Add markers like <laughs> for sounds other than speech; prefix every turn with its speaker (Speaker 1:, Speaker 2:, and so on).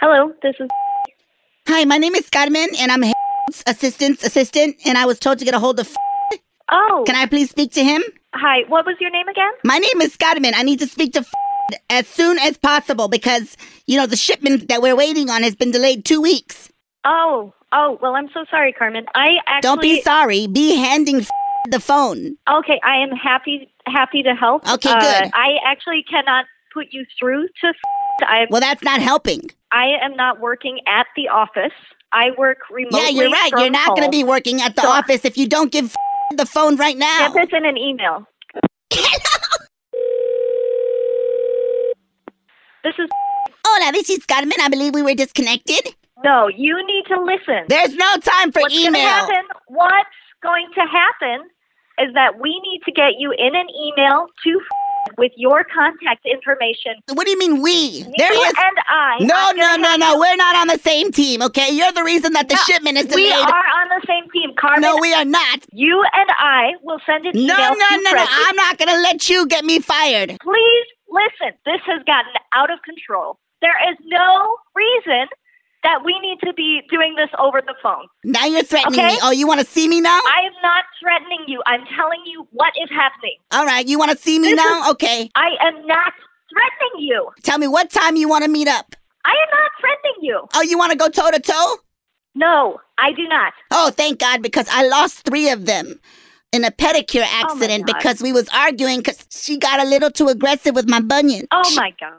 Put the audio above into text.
Speaker 1: Hello, this is.
Speaker 2: Hi, my name is Carmen, and I'm assistant's assistant, and I was told to get a hold of.
Speaker 1: Oh,
Speaker 2: Can I please speak to him?
Speaker 1: hi. What was your name again?
Speaker 2: My name is Carmen. I need to speak to as soon as possible because you know the shipment that we're waiting on has been delayed two weeks.
Speaker 1: Oh, oh. Well, I'm so sorry, Carmen. I actually
Speaker 2: Don't be sorry. Be handing the phone.
Speaker 1: Okay, I am happy happy to help.
Speaker 2: Okay,
Speaker 1: Uh,
Speaker 2: good.
Speaker 1: I actually cannot put you through to. I
Speaker 2: Well, that's not helping.
Speaker 1: I am not working at the office. I work remotely.
Speaker 2: Yeah, you're right. You're not going to be working at the
Speaker 1: So-
Speaker 2: office if you don't give the phone right now.
Speaker 1: Get this in an email. This is
Speaker 2: <laughs> Hola, this is Carmen. I believe we were disconnected.
Speaker 1: no. You need to listen.
Speaker 2: There's no time for
Speaker 1: What's gonna
Speaker 2: email.
Speaker 1: happen? What's going to happen is that we need to get you in an email to with your contact information.
Speaker 2: What do you mean we?
Speaker 1: You
Speaker 2: There is
Speaker 1: and I.
Speaker 2: No,
Speaker 1: I'm
Speaker 2: no,
Speaker 1: gonna
Speaker 2: no,
Speaker 1: have
Speaker 2: no.
Speaker 1: you-
Speaker 2: We're not on the same team, okay? You're the reason that the shipment is
Speaker 1: We
Speaker 2: delayed.
Speaker 1: are on the same team, Carmen.
Speaker 2: no, we are not.
Speaker 1: you and I will send an
Speaker 2: No,
Speaker 1: email
Speaker 2: no,
Speaker 1: to
Speaker 2: no, no.
Speaker 1: Fred.
Speaker 2: I'm not going to let you get me fired.
Speaker 1: Please listen. This has gotten out of control. There is no reason that we need to be doing this over the phone.
Speaker 2: Now you're threatening
Speaker 1: Okay.
Speaker 2: me. Oh, you want to see me now?
Speaker 1: I am not threatening you. I'm telling you what is happening.
Speaker 2: All right. You want to see me
Speaker 1: This
Speaker 2: now? okay.
Speaker 1: I am not threatening you.
Speaker 2: Tell me what time you want to meet up.
Speaker 1: I am not threatening you.
Speaker 2: Oh, you want to go toe to toe?
Speaker 1: No, I do not.
Speaker 2: Oh, thank God, because I lost three of them in a
Speaker 1: Oh
Speaker 2: pedicure
Speaker 1: my
Speaker 2: accident
Speaker 1: God.
Speaker 2: because we was arguing because she got a little too aggressive with my bunion.
Speaker 1: Oh my God.